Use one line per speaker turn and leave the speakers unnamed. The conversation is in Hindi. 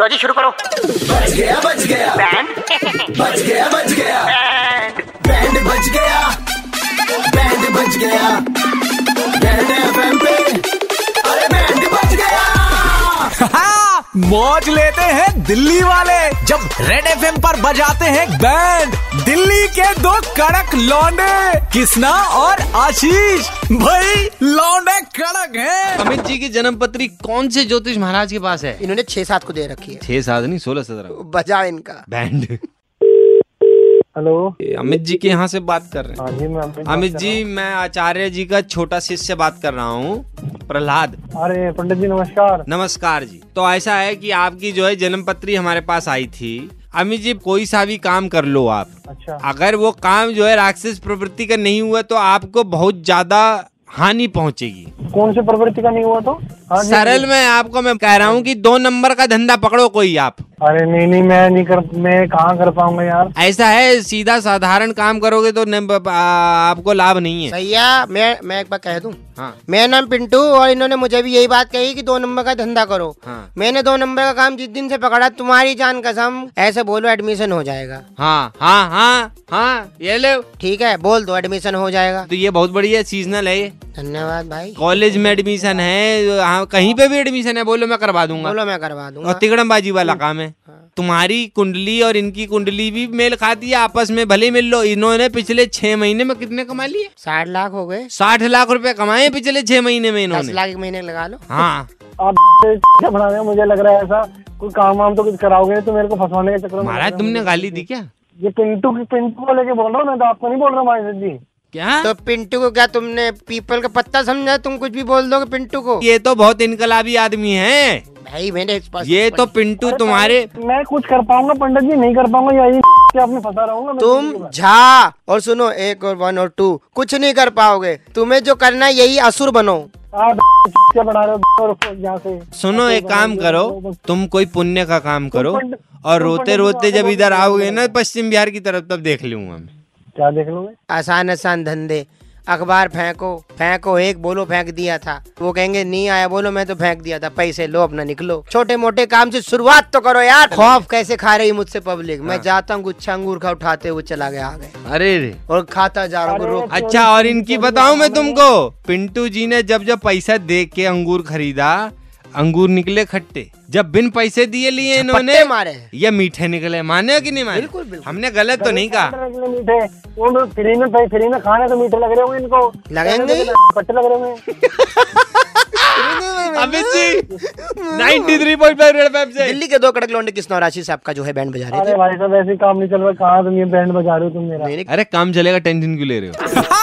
लॉजी तो शुरू करो
बच गया बच गया
बैंड
बच गया बच गया
बैंड
बैंड बच गया बैंड बच गया बैंड एफएम पे अरे बैंड बच गया
मौज लेते हैं दिल्ली वाले जब रेड एफ पर बजाते हैं बैंड दिल्ली के दो कड़क लौंडे किसना और आशीष भाई लौंडे कड़क हैं
अमित जी की जन्म पत्री कौन से ज्योतिष महाराज के पास है
इन्होंने छह सात को दे रखी है
छह सात नहीं सोलह सत्रह
बजा इनका
बैंड
हेलो
ये अमित जी के यहाँ से बात कर रहे
हाँ जी मैं अमित
हैं अमित
बात
जी मैं आचार्य जी का छोटा शिष्य बात कर रहा हूँ प्रहलाद
कर रहा हूँ। अरे पंडित जी नमस्कार
नमस्कार जी तो ऐसा है कि आपकी जो है जन्म पत्री हमारे पास आई थी अमित जी कोई सा भी काम कर लो आप
अच्छा
अगर वो काम जो है राक्षस प्रवृत्ति का नहीं हुआ तो आपको बहुत ज्यादा हानि पहुंचेगी
कौन से प्रवृत्ति का नहीं हुआ तो हाँ जी
सरल में आपको मैं कह रहा हूँ कि दो नंबर का धंधा पकड़ो कोई आप
अरे नहीं नहीं मैं नहीं कर मैं कहाँ कर पाऊंगा यार
ऐसा है सीधा साधारण काम करोगे तो नंब- आ- आपको लाभ नहीं है
भैया मैं मैं एक बार कह दूं
हाँ
मेरा नाम पिंटू और इन्होंने मुझे भी यही बात कही कि दो नंबर का धंधा करो
हाँ।
मैंने दो नंबर का काम जिस दिन से पकड़ा तुम्हारी जान कसम ऐसे बोलो एडमिशन हो जाएगा
हाँ हाँ हाँ हाँ ये ले
ठीक है बोल दो एडमिशन हो जाएगा
तो ये बहुत बढ़िया सीजनल है ये।
धन्यवाद भाई
कॉलेज में एडमिशन है हाँ कहीं पे भी एडमिशन है बोलो हाँ। मैं करवा दूंगा
बोलो मैं करवा
और
दूंगा
तिगड़मबाजी वाला काम है तुम्हारी कुंडली और इनकी कुंडली भी मेल खाती है आपस में भले मिल लो इन्होंने पिछले छह महीने में कितने कमा लिए
साठ लाख हो गए
साठ लाख रुपए कमाए पिछले छह महीने में
दस
इन्होंने
लाख एक महीने लगा लो
हाँ
आप से बना रहे हो मुझे लग रहा है ऐसा कोई काम वाम तो कुछ कराओगे तो मेरे को फंसवाने के चक्कर में
महाराज तुमने गाली दी क्या
ये पिंटू की पिंटू को लेके बोल रहा हूँ मैं तो आपको नहीं बोल रहा हूँ महाराज जी
क्या
तो पिंटू को क्या तुमने पीपल का पत्ता समझा तुम कुछ भी बोल दोगे पिंटू को
ये तो बहुत इनकलाबी आदमी है
भाई मैंने इस पर-
ये तो पिंटू तुम्हारे
मैं कुछ कर पाऊंगा पंडित जी नहीं कर पाऊंगा या ये के आप में फंसा रहूंगा मैं
तुम
जिंदगी भर।
झा और सुनो एक और वन और टू कुछ नहीं कर पाओगे तुम्हें जो करना है यही असुर बनो
आप क्या बना रहे हो और यहाँ से
सुनो एक काम करो तुम कोई पुण्य का काम करो
पंडित-
और
तुम
रोते
पंडित
रोते
जी
जब
को
इधर
आगे
आओगे ना पश्चिम बिहार की तरफ तब देख लूंगा मैं
क्या देख लोगे
आसान आसान धंधे अखबार फेंको फेंको एक बोलो फेंक दिया था वो कहेंगे नहीं आया बोलो मैं तो फेंक दिया था पैसे लो अपना निकलो छोटे मोटे काम से शुरुआत तो करो यार खौफ कैसे खा रही मुझसे पब्लिक मैं जाता हूँ गुच्छा अंगूर खा उठाते हुए चला गया आगे
अरे रे
और खाता जा रहा हूँ रोक
अच्छा और इनकी बताऊं मैं तुमको पिंटू जी ने जब जब पैसा दे के अंगूर खरीदा अंगूर निकले खट्टे जब बिन पैसे दिए लिए इन्होंने
झपट्टे मारे।
ये मीठे निकले माने कि नहीं माने बिल्कुल बिल्कुल हमने गलत तो नहीं कहा
इतने मीठे वो लोग फ्री में फ्री में खाने तो मीठे लग रहे होंगे इनको
लगेंगे ही।
पट्टे लग रहे होंगे
अमित जी 93.5 रेड वेब से
दिल्ली के दो कड़क लौंडे किस राशि से आपका जो है बैंड बजा रहे
अरे भाई साहब ऐसे ही काम नहीं चल रहा कहाँ तुम ये बैंड बजा रहे हो तुम मेरा
थे
अरे काम चलेगा टेंशन क्यों ले रहे हो
हाँ,